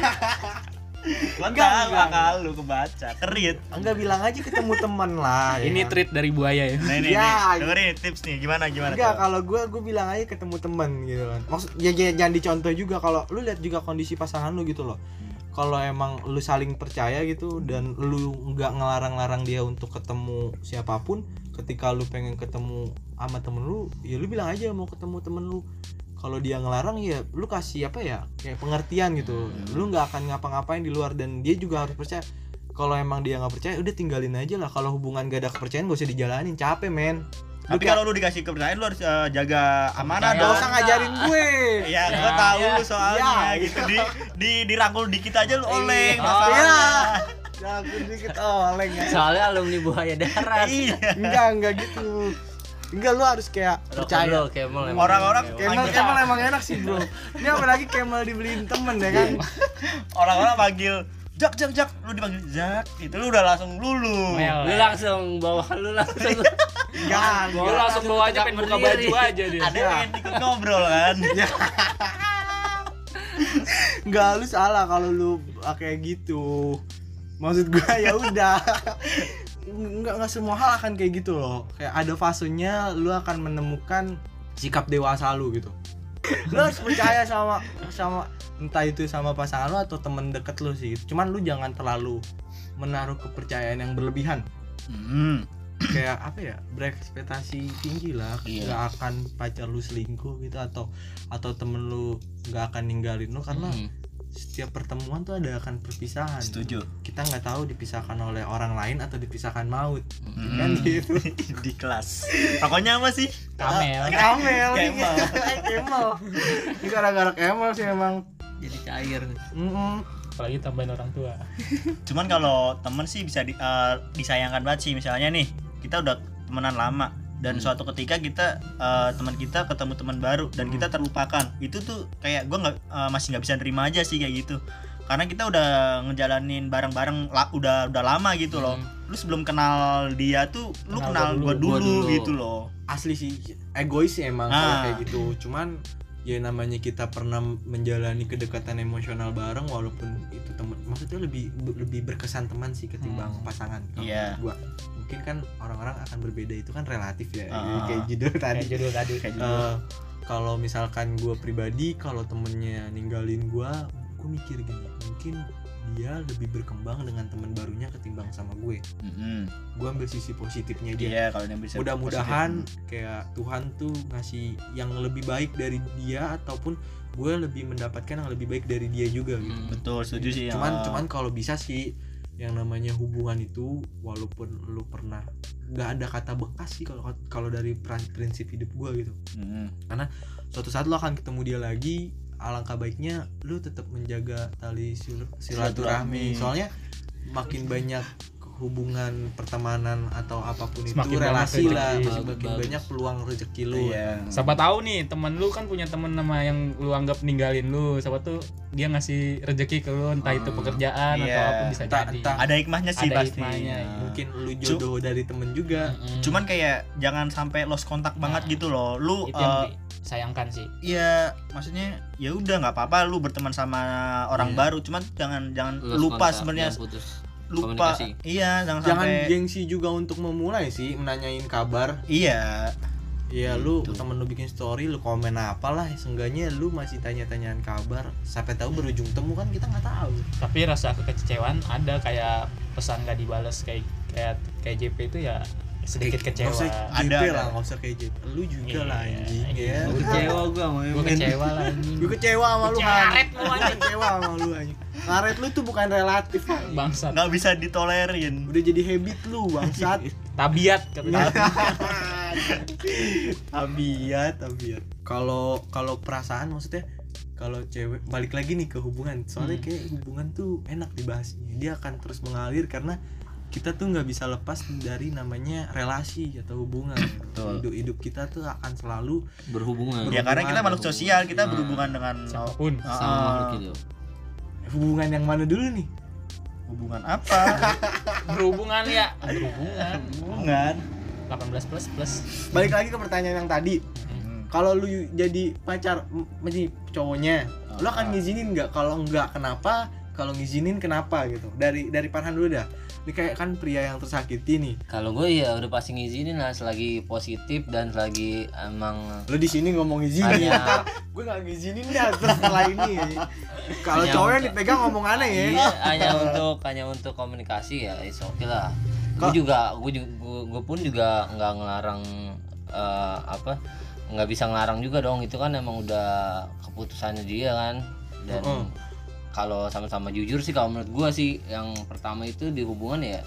[SPEAKER 4] Mantap
[SPEAKER 1] enggak.
[SPEAKER 4] akal lu kebaca. Kerit.
[SPEAKER 1] Enggak bilang aja ketemu teman lah.
[SPEAKER 2] ini
[SPEAKER 1] kan.
[SPEAKER 2] treat dari buaya ya
[SPEAKER 4] Nah, ini,
[SPEAKER 1] Ya.
[SPEAKER 4] nih. dengerin nih, tips nih gimana gimana.
[SPEAKER 1] Enggak,
[SPEAKER 4] coba?
[SPEAKER 1] kalau gue gue bilang aja ketemu teman gitu kan. Maksud ya, ya, jangan dicontoh juga kalau lu lihat juga kondisi pasangan lu gitu loh.
[SPEAKER 4] Hmm.
[SPEAKER 1] Kalau emang lu saling percaya gitu dan lu nggak ngelarang-larang dia untuk ketemu siapapun, ketika lu pengen ketemu sama temen lu, ya lu bilang aja mau ketemu temen lu. Kalau dia ngelarang ya lu kasih apa ya kayak pengertian gitu.
[SPEAKER 4] Hmm.
[SPEAKER 1] Lu nggak akan ngapa-ngapain di luar dan dia juga harus percaya. Kalau emang dia nggak percaya, udah tinggalin aja lah. Kalau hubungan gak ada kepercayaan, gak usah dijalanin. Capek men. Lu
[SPEAKER 4] Tapi kan
[SPEAKER 1] kayak-
[SPEAKER 4] kalau lu dikasih kepercayaan lu harus eh, jaga amanah
[SPEAKER 1] Gak
[SPEAKER 4] dong.
[SPEAKER 1] Kan usah ngajarin gue.
[SPEAKER 4] Ya,
[SPEAKER 2] Ya,
[SPEAKER 4] gua tahu
[SPEAKER 2] ya.
[SPEAKER 4] lu soalnya
[SPEAKER 1] Ya. Oh,
[SPEAKER 4] gitu di di dirangkul dikit aja lu oleng.
[SPEAKER 3] Iya.
[SPEAKER 4] masalahnya.
[SPEAKER 1] Ya, aku dikit oleng ya.
[SPEAKER 3] Soalnya alumni buaya darat.
[SPEAKER 4] Iya.
[SPEAKER 1] Enggak, enggak gitu. Enggak lu harus kayak percaya.
[SPEAKER 3] Percaya Kemal emang.
[SPEAKER 4] Orang-orang
[SPEAKER 1] Camel,
[SPEAKER 4] manggil-
[SPEAKER 1] camel emang enak sih bro. Ini apalagi camel dibeliin temen ya kan.
[SPEAKER 4] orang-orang panggil Jak Jak Jak lu dipanggil Jak itu lu udah langsung lulu.
[SPEAKER 2] Mel.
[SPEAKER 3] Lu langsung bawa lu langsung.
[SPEAKER 1] Enggak,
[SPEAKER 2] lu
[SPEAKER 1] enggak.
[SPEAKER 2] langsung bawa aja pengen buka baju
[SPEAKER 3] Berdiri.
[SPEAKER 2] aja dia
[SPEAKER 4] Ada yang pengen ikut ngobrol kan.
[SPEAKER 1] Enggak lu salah kalau lu ah, kayak gitu. Maksud gua ya udah. Enggak enggak semua hal akan kayak gitu loh. Kayak ada fasenya lu akan menemukan sikap dewasa lu gitu. lu harus percaya sama sama entah itu sama pasangan lu atau temen deket lu sih gitu. cuman lu jangan terlalu menaruh kepercayaan yang berlebihan
[SPEAKER 4] Hmm.
[SPEAKER 1] kayak apa ya berekspektasi tinggi lah
[SPEAKER 3] Iya.
[SPEAKER 1] nggak akan pacar lu selingkuh gitu atau atau temen lu nggak akan ninggalin lu karena
[SPEAKER 4] Hmm,
[SPEAKER 1] setiap pertemuan tuh ada akan perpisahan
[SPEAKER 4] Setuju.
[SPEAKER 1] kita nggak tahu dipisahkan oleh orang lain atau dipisahkan maut kan
[SPEAKER 4] Hmm.
[SPEAKER 1] gitu
[SPEAKER 4] di kelas. Pokoknya apa sih?
[SPEAKER 2] kamel
[SPEAKER 1] Kamel nih.
[SPEAKER 4] Kemal.
[SPEAKER 1] Kemal ini gara-gara Kemal sih emang
[SPEAKER 3] Jadi cair.
[SPEAKER 1] Mm-mm.
[SPEAKER 2] apalagi tambahin orang tua
[SPEAKER 4] Cuman kalau temen sih bisa di- eh, disayangkan banget sih misalnya nih kita udah temenan lama dan
[SPEAKER 3] Hmm.
[SPEAKER 4] suatu ketika kita eh, teman kita ketemu teman baru dan
[SPEAKER 1] Hmm.
[SPEAKER 4] kita terlupakan itu tuh kayak gue nggak eh, masih nggak bisa nerima aja sih kayak gitu karena kita udah ngejalanin bareng-bareng la- udah udah lama gitu
[SPEAKER 3] Hmm,
[SPEAKER 4] loh lu sebelum kenal dia tuh lu
[SPEAKER 2] Kenal
[SPEAKER 4] kenal,
[SPEAKER 2] gua
[SPEAKER 4] gua
[SPEAKER 2] dulu,
[SPEAKER 4] dulu,
[SPEAKER 3] gua dulu.
[SPEAKER 4] gitu loh
[SPEAKER 1] asli sih egois sih emang kalau
[SPEAKER 4] Ah.
[SPEAKER 1] kayak gitu cuman ya namanya kita pernah menjalani kedekatan emosional bareng walaupun itu temen maksudnya lebih lebih berkesan teman sih ketimbang
[SPEAKER 2] Hmm.
[SPEAKER 1] pasangan kalau
[SPEAKER 4] Iya.
[SPEAKER 1] menurut gua mungkin kan orang-orang akan berbeda itu kan relatif ya
[SPEAKER 4] Ah.
[SPEAKER 1] kayak judul tadi
[SPEAKER 2] kayak judul tadi
[SPEAKER 4] kayak gitu
[SPEAKER 1] Eh, kalau misalkan gue pribadi kalau temennya ninggalin gue gue mikir gini mungkin dia lebih berkembang dengan teman barunya ketimbang sama gue
[SPEAKER 4] Mm-mm.
[SPEAKER 1] gue ambil sisi positifnya aja
[SPEAKER 4] iya kalau yang bisa
[SPEAKER 1] mudah-mudahan
[SPEAKER 4] positif.
[SPEAKER 1] kayak Tuhan tuh ngasih yang lebih baik dari dia ataupun gue lebih mendapatkan yang lebih baik dari dia juga gitu
[SPEAKER 4] betul Hmm, setuju sih
[SPEAKER 1] cuman
[SPEAKER 4] eh,
[SPEAKER 1] cuman kalau bisa sih yang namanya hubungan itu walaupun lu pernah nggak ada kata bekas sih kalau kalau dari pra- prinsip hidup gua gitu
[SPEAKER 4] Mm-mm.
[SPEAKER 1] suatu saat lo akan ketemu dia lagi alangkah baiknya lu tetap menjaga tali sil- silaturahmi
[SPEAKER 4] Silaturahmi.
[SPEAKER 1] soalnya makin banyak hubungan pertemanan atau apapun
[SPEAKER 2] Semakin
[SPEAKER 1] itu
[SPEAKER 2] banyak
[SPEAKER 1] relasi
[SPEAKER 2] rezeki.
[SPEAKER 1] lah
[SPEAKER 3] Bagus,
[SPEAKER 1] semakin
[SPEAKER 3] bagus.
[SPEAKER 1] banyak peluang rezeki lu
[SPEAKER 4] Iya.
[SPEAKER 2] Siapa tahu nih temen lu kan punya temen nama yang lu anggap ninggalin lu. Siapa tuh dia ngasih rejeki ke lu entah itu
[SPEAKER 1] Hmm,
[SPEAKER 2] pekerjaan atau
[SPEAKER 4] iya.
[SPEAKER 2] apa bisa
[SPEAKER 1] Entah-
[SPEAKER 2] jadi.
[SPEAKER 1] entah
[SPEAKER 4] Ada hikmahnya sih
[SPEAKER 2] Ada
[SPEAKER 4] pasti.
[SPEAKER 2] hikmahnya,
[SPEAKER 4] Nah.
[SPEAKER 2] iya.
[SPEAKER 1] mungkin lu jodoh dari temen juga
[SPEAKER 2] Mm-mm.
[SPEAKER 4] Cuman kayak jangan sampai lost kontak banget
[SPEAKER 2] Nah.
[SPEAKER 4] gitu loh. Lu
[SPEAKER 2] itu yang
[SPEAKER 4] eh,
[SPEAKER 2] disayangkan sih.
[SPEAKER 4] Iya, maksudnya ya udah nggak apa-apa lu berteman sama
[SPEAKER 1] Iya.
[SPEAKER 4] orang baru, cuman jangan jangan lupa sebenarnya
[SPEAKER 3] ya,
[SPEAKER 2] iya,
[SPEAKER 3] putus
[SPEAKER 4] lupa.
[SPEAKER 3] komunikasi.
[SPEAKER 4] Iya, jangan,
[SPEAKER 1] jangan
[SPEAKER 4] sampai
[SPEAKER 1] gengsi juga untuk memulai sih menanyain kabar
[SPEAKER 4] Iya,
[SPEAKER 1] ya lu
[SPEAKER 3] Gitu.
[SPEAKER 1] temen lu bikin story lu komen apalah seenggaknya lu masih tanya-tanyaan kabar sampai tahu berujung temu kan kita nggak tahu
[SPEAKER 2] Tapi rasa kekecewaan ada kayak pesan gak dibales kayak kayak kayak JP itu ya
[SPEAKER 4] Eh,
[SPEAKER 2] sedikit
[SPEAKER 1] Nggak usah JP
[SPEAKER 2] kecewa.
[SPEAKER 4] Ada,
[SPEAKER 1] lah
[SPEAKER 4] ada.
[SPEAKER 1] nggak usah kayak JP lu juga lah
[SPEAKER 2] Iya,
[SPEAKER 1] anjing
[SPEAKER 2] iya.
[SPEAKER 1] ya
[SPEAKER 3] Gua kecewa gua sama
[SPEAKER 2] Gue
[SPEAKER 3] Emen.
[SPEAKER 2] kecewa lah anjing.
[SPEAKER 1] gue kecewa sama lu
[SPEAKER 4] kan?
[SPEAKER 2] Kecewa
[SPEAKER 1] Han.
[SPEAKER 2] karet lu,
[SPEAKER 1] Gua
[SPEAKER 2] anjing.
[SPEAKER 1] kecewa sama lu anjing karet lu tuh bukan relatif anjing.
[SPEAKER 2] Bangsat.
[SPEAKER 4] nggak bisa ditolerin.
[SPEAKER 1] udah jadi habit lu bangsat
[SPEAKER 2] Tabiat katanya.
[SPEAKER 1] tabiat tabiat kalau kalau perasaan maksudnya kalau cewek balik lagi nih ke hubungan soalnya
[SPEAKER 2] Hmm.
[SPEAKER 1] kayak hubungan tuh enak dibahasnya dia akan terus mengalir karena kita tuh nggak bisa lepas dari namanya relasi atau hubungan
[SPEAKER 3] Betul.
[SPEAKER 1] hidup hidup kita tuh akan selalu
[SPEAKER 3] berhubungan
[SPEAKER 4] Ya karena kita
[SPEAKER 1] Berhubungan,
[SPEAKER 4] makhluk sosial, kita
[SPEAKER 3] Nah.
[SPEAKER 4] berhubungan dengan
[SPEAKER 2] Siapapun.
[SPEAKER 4] Ah,
[SPEAKER 3] sama makhluk hidup.
[SPEAKER 1] hubungan yang mana dulu nih
[SPEAKER 4] hubungan apa?
[SPEAKER 2] Berhubungan ya. Berhubungan.
[SPEAKER 4] hubungan.
[SPEAKER 2] 18 plus plus.
[SPEAKER 1] balik lagi ke pertanyaan yang tadi kalau lu jadi pacar m- menjadi cowoknya lu akan ngizinin nggak kalau nggak kenapa kalau ngizinin kenapa gitu dari dari Farhan dulu dah ini kayak kan pria yang tersakiti nih
[SPEAKER 3] Kalau gue ya udah pasti ngizinin lah selagi positif dan selagi emang
[SPEAKER 1] lu di sini ngomong
[SPEAKER 4] Iya.
[SPEAKER 1] izinin
[SPEAKER 3] hanya
[SPEAKER 1] gue nggak ngizinin dah terus setelah ini Iya, kalau
[SPEAKER 3] Hanya
[SPEAKER 1] cowok yang
[SPEAKER 3] untuk-
[SPEAKER 1] dipegang ngomong aneh ya
[SPEAKER 3] Iya, hanya untuk hanya untuk komunikasi ya it's okay lah
[SPEAKER 1] Kok-
[SPEAKER 3] gue juga gue ju- gue gue pun juga nggak ngelarang eh, apa nggak bisa ngelarang juga dong itu kan emang udah keputusannya dia kan dan
[SPEAKER 1] Mm.
[SPEAKER 3] kalau sama-sama jujur sih kalau menurut gue sih yang pertama itu di hubungan ya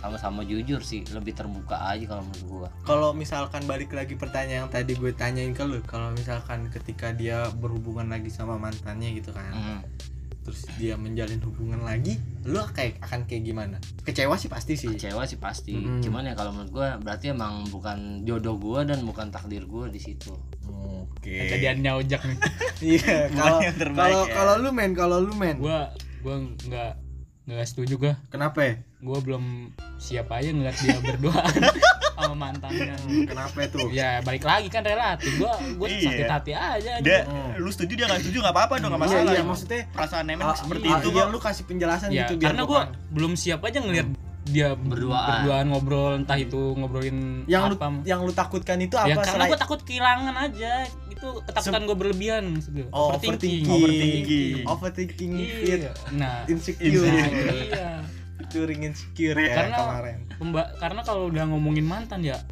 [SPEAKER 3] sama-sama jujur sih lebih terbuka aja kalau menurut gue
[SPEAKER 1] kalau misalkan balik lagi pertanyaan yang tadi gue tanyain ke lu kalau misalkan ketika dia berhubungan lagi sama mantannya gitu kan terus dia menjalin hubungan lagi lu kayak akan kayak gimana kecewa sih pasti sih
[SPEAKER 3] kecewa sih pasti
[SPEAKER 1] Mm.
[SPEAKER 3] cuman ya kalau menurut gue berarti emang bukan jodoh gue dan bukan takdir gue di situ
[SPEAKER 1] Oke.
[SPEAKER 2] Kejadiannya ojek nih.
[SPEAKER 1] Iya, kalau
[SPEAKER 4] yang terbaik
[SPEAKER 1] kalau
[SPEAKER 4] ya.
[SPEAKER 1] kalau lu men, kalau lu men.
[SPEAKER 2] Gua gua nggak nggak setuju gua.
[SPEAKER 1] Kenapa? ya?
[SPEAKER 2] Gua belum siap aja ngeliat dia berduaan sama mantannya.
[SPEAKER 1] Kenapa tuh?
[SPEAKER 2] Ya balik lagi kan relatif. Gua gua
[SPEAKER 4] Iya.
[SPEAKER 2] sakit hati aja. anjing.
[SPEAKER 4] Dia, lu setuju dia nggak setuju nggak apa-apa dong nggak
[SPEAKER 1] Iya,
[SPEAKER 4] masalah.
[SPEAKER 1] iya, maksudnya
[SPEAKER 4] perasaan Nemen
[SPEAKER 1] ah,
[SPEAKER 4] seperti
[SPEAKER 1] ah,
[SPEAKER 4] itu
[SPEAKER 1] iya,
[SPEAKER 4] kok.
[SPEAKER 1] lu kasih penjelasan
[SPEAKER 2] Ya,
[SPEAKER 1] gitu biar
[SPEAKER 2] karena
[SPEAKER 1] gua
[SPEAKER 2] gua
[SPEAKER 1] paham.
[SPEAKER 2] belum siap aja ngeliat dia
[SPEAKER 3] Berduaan.
[SPEAKER 2] berduaan ngobrol entah itu ngobrolin
[SPEAKER 1] yang lu
[SPEAKER 2] apa.
[SPEAKER 1] yang lu takutkan itu
[SPEAKER 2] ya
[SPEAKER 1] apa
[SPEAKER 2] karena
[SPEAKER 1] selain
[SPEAKER 2] gua takut kehilangan aja. Itu ketakutan gua berlebihan maksud gua.
[SPEAKER 1] oh,
[SPEAKER 2] Overthinking.
[SPEAKER 1] overthinking,
[SPEAKER 4] Overthinking.
[SPEAKER 1] overthinking,
[SPEAKER 2] Iya. Nah,
[SPEAKER 1] insecure,
[SPEAKER 2] nah, iya.
[SPEAKER 1] featuring insecure ya
[SPEAKER 2] Karena-
[SPEAKER 1] kemarin.
[SPEAKER 2] Pemba- karena kalau udah ngomongin mantan ya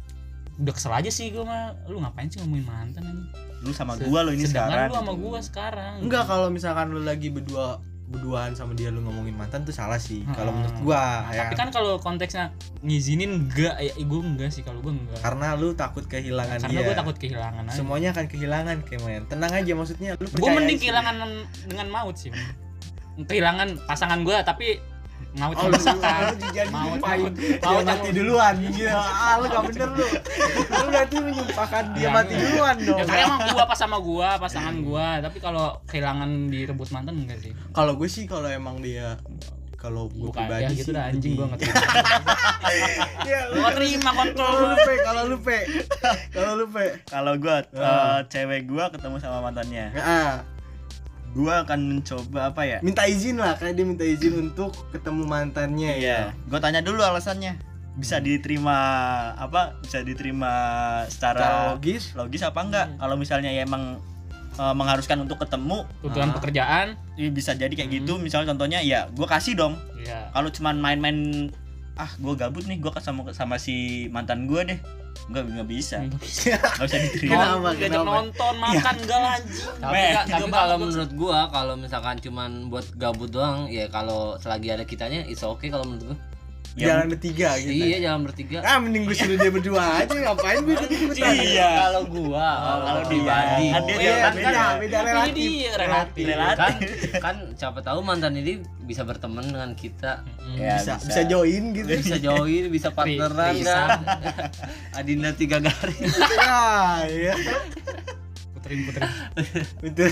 [SPEAKER 2] udah kesel aja sih gue mah lu ngapain sih ngomongin mantan aja
[SPEAKER 4] Lu sama gua lo ini
[SPEAKER 2] sedangkan
[SPEAKER 4] sekarang.
[SPEAKER 2] lu sama gue sekarang
[SPEAKER 1] Enggak kalau misalkan lu lagi berdua berduaan sama dia lu ngomongin mantan tuh salah sih kalau
[SPEAKER 2] Hmm.
[SPEAKER 1] menurut gua ya.
[SPEAKER 2] tapi kan kalau konteksnya ngizinin enggak ya gue enggak sih kalau gue enggak
[SPEAKER 1] karena lu takut kehilangan
[SPEAKER 2] karena
[SPEAKER 1] dia.
[SPEAKER 2] gue takut kehilangan aja
[SPEAKER 1] Semuanya akan kehilangan kemen. Tenang aja maksudnya lu
[SPEAKER 2] gue
[SPEAKER 1] percaya
[SPEAKER 2] mending
[SPEAKER 1] sih.
[SPEAKER 2] kehilangan dengan maut sih kehilangan pasangan gue tapi maut Ya,
[SPEAKER 1] Oh,
[SPEAKER 2] yang
[SPEAKER 1] lu,
[SPEAKER 2] memisahkan
[SPEAKER 1] lu jadi
[SPEAKER 2] Maut,
[SPEAKER 1] nyumpahin
[SPEAKER 2] maut.
[SPEAKER 1] dia
[SPEAKER 2] Maut,
[SPEAKER 1] mati
[SPEAKER 2] maut.
[SPEAKER 1] duluan gitu. Ah, lu gak bener lu. Lu berarti menyumpahkan dia
[SPEAKER 2] Jangan.
[SPEAKER 1] mati duluan dong.
[SPEAKER 2] ya karena emang gue pas sama gue pasangan gue tapi kalau kehilangan direbut mantan enggak sih
[SPEAKER 1] Kalau gue sih kalau emang dia kalau gue
[SPEAKER 2] bukan
[SPEAKER 1] pribadi
[SPEAKER 2] ya gitu
[SPEAKER 1] sih
[SPEAKER 2] dah anjing gue
[SPEAKER 1] lebih-
[SPEAKER 2] nggak terima
[SPEAKER 1] Iya, lu
[SPEAKER 2] gue terima kontrol
[SPEAKER 1] kalau lu
[SPEAKER 2] gua.
[SPEAKER 1] pe, kalau lu pe, kalau lu pe.
[SPEAKER 4] Kalau gua eh,
[SPEAKER 1] Ah.
[SPEAKER 4] cewek gua ketemu sama mantannya,
[SPEAKER 1] Ah,
[SPEAKER 4] gua akan mencoba apa ya?
[SPEAKER 1] minta izin lah, kayak dia minta izin untuk ketemu mantannya ya.
[SPEAKER 4] Iya, gue tanya dulu alasannya.
[SPEAKER 1] Hmm.
[SPEAKER 4] Bisa diterima apa? Bisa diterima
[SPEAKER 1] ya. Secara Iya.
[SPEAKER 4] secara logis,
[SPEAKER 1] logis,
[SPEAKER 4] apa enggak? Kalau misalnya ya emang eh, mengharuskan untuk ketemu,
[SPEAKER 1] Ah.
[SPEAKER 2] tuntutan pekerjaan
[SPEAKER 4] ya bisa jadi kayak
[SPEAKER 2] Hmm.
[SPEAKER 4] gitu. Misalnya contohnya ya gue kasih dong.
[SPEAKER 2] ya
[SPEAKER 4] Kalau cuman main-main ah gue gabut nih gue sama sama si mantan gue deh nggak nggak bisa nggak bisa diterima
[SPEAKER 1] Iya, Kenapa,
[SPEAKER 2] Diajak
[SPEAKER 1] kenapa? Iya.
[SPEAKER 2] nonton makan enggak lah, anjing gitu,
[SPEAKER 3] tapi,
[SPEAKER 4] Meh,
[SPEAKER 3] ka- tapi
[SPEAKER 2] tiga
[SPEAKER 3] kalau
[SPEAKER 2] banget.
[SPEAKER 3] menurut gua kalau misalkan cuman buat gabut doang ya kalau selagi ada kitanya it's okay kalau menurut gua
[SPEAKER 4] Ya,
[SPEAKER 1] jalan bertiga gitu
[SPEAKER 3] iya jangan bertiga
[SPEAKER 4] Kan
[SPEAKER 1] ah mending gue suruh dia berdua aja ngapain gue ikut ikutan
[SPEAKER 4] Iya.
[SPEAKER 3] kalau gua kalau
[SPEAKER 4] kalau dia.
[SPEAKER 3] pribadi
[SPEAKER 4] Kan dia
[SPEAKER 1] beda
[SPEAKER 4] jalan
[SPEAKER 1] Iya, beda beda
[SPEAKER 2] Ini
[SPEAKER 1] relatif
[SPEAKER 2] dia, relatif.
[SPEAKER 4] Relatif.
[SPEAKER 3] kan kan siapa tahu mantan ini bisa berteman dengan kita
[SPEAKER 4] Ya,
[SPEAKER 1] bisa bisa join gitu
[SPEAKER 4] Iya.
[SPEAKER 3] bisa join bisa partneran
[SPEAKER 2] Ri-
[SPEAKER 3] dan Adinda tiga garis
[SPEAKER 1] ya iya
[SPEAKER 2] Puterin, puterin.
[SPEAKER 1] betul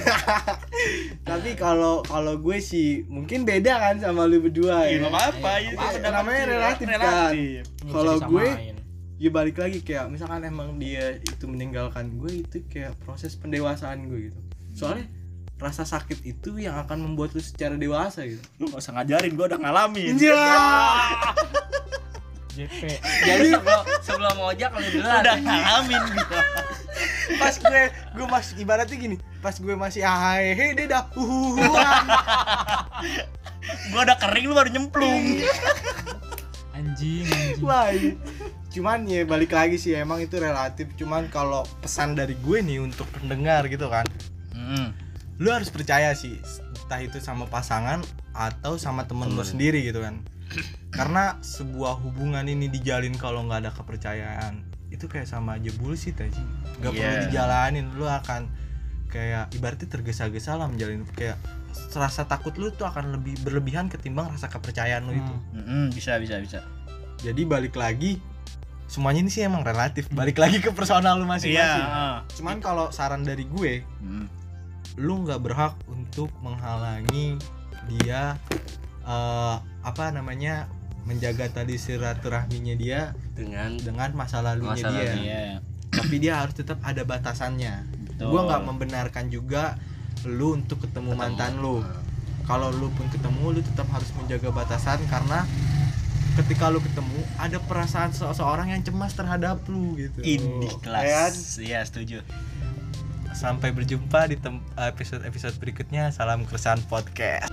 [SPEAKER 1] tapi kalau kalau gue sih mungkin beda kan sama lu berdua
[SPEAKER 4] Iya,
[SPEAKER 1] ya
[SPEAKER 4] nggak apa-apa itu
[SPEAKER 1] apa-apa,
[SPEAKER 4] pendapat
[SPEAKER 1] namanya
[SPEAKER 4] dia.
[SPEAKER 1] relatif, kan.
[SPEAKER 4] Relatif.
[SPEAKER 2] Nggak
[SPEAKER 1] Kalau
[SPEAKER 2] bisa
[SPEAKER 1] gue-
[SPEAKER 2] disamain.
[SPEAKER 1] ya balik lagi kayak misalkan emang dia itu meninggalkan gue itu kayak proses pendewasaan gue gitu soalnya rasa sakit itu yang akan membuat lu secara dewasa gitu
[SPEAKER 4] lu nggak usah ngajarin gue udah ngalamin
[SPEAKER 2] JP
[SPEAKER 3] jadi sebelum sebelum ojek lebih dulu
[SPEAKER 4] udah ngalamin gitu
[SPEAKER 1] pas gue gue masih ibaratnya gini pas gue masih ahehe dia udah huhuhuan
[SPEAKER 4] gue udah kering lu baru nyemplung
[SPEAKER 2] anjing anjing
[SPEAKER 1] wah iya. cuman ya balik lagi sih emang itu relatif cuman kalau pesan dari gue nih untuk pendengar gitu kan lu harus percaya sih entah itu sama pasangan atau sama temen lu sendiri gitu kan karena sebuah hubungan ini dijalin kalau nggak ada kepercayaan itu kayak sama aja bullshit aja nggak perlu
[SPEAKER 4] Iya.
[SPEAKER 1] dijalanin lu akan kayak ibaratnya tergesa-gesa lah menjalin kayak rasa takut lu tuh akan lebih berlebihan ketimbang rasa kepercayaan lu itu
[SPEAKER 2] Hmm.
[SPEAKER 4] Mm-mm, bisa bisa bisa
[SPEAKER 1] jadi balik lagi semuanya ini sih emang relatif balik lagi ke personal lu masing-masing
[SPEAKER 4] heeh.
[SPEAKER 1] cuman kalau saran dari gue
[SPEAKER 4] Mm.
[SPEAKER 1] lu nggak berhak untuk menghalangi dia eh, apa namanya menjaga tadi silaturahminya dia
[SPEAKER 3] dengan
[SPEAKER 1] dengan masa lalunya
[SPEAKER 3] Masa
[SPEAKER 1] dia
[SPEAKER 3] lalunya.
[SPEAKER 4] Iya.
[SPEAKER 1] tapi dia harus tetap ada batasannya
[SPEAKER 4] Betul.
[SPEAKER 1] gue nggak membenarkan juga lu untuk ketemu, mantan lu kalau lu pun ketemu lu tetap harus menjaga batasan karena ketika lu ketemu ada perasaan seseorang yang cemas terhadap lu gitu
[SPEAKER 4] Indie
[SPEAKER 1] Kan?
[SPEAKER 4] kelas. Iya, setuju.
[SPEAKER 1] sampai berjumpa di tem- episode-episode berikutnya salam keresahan podcast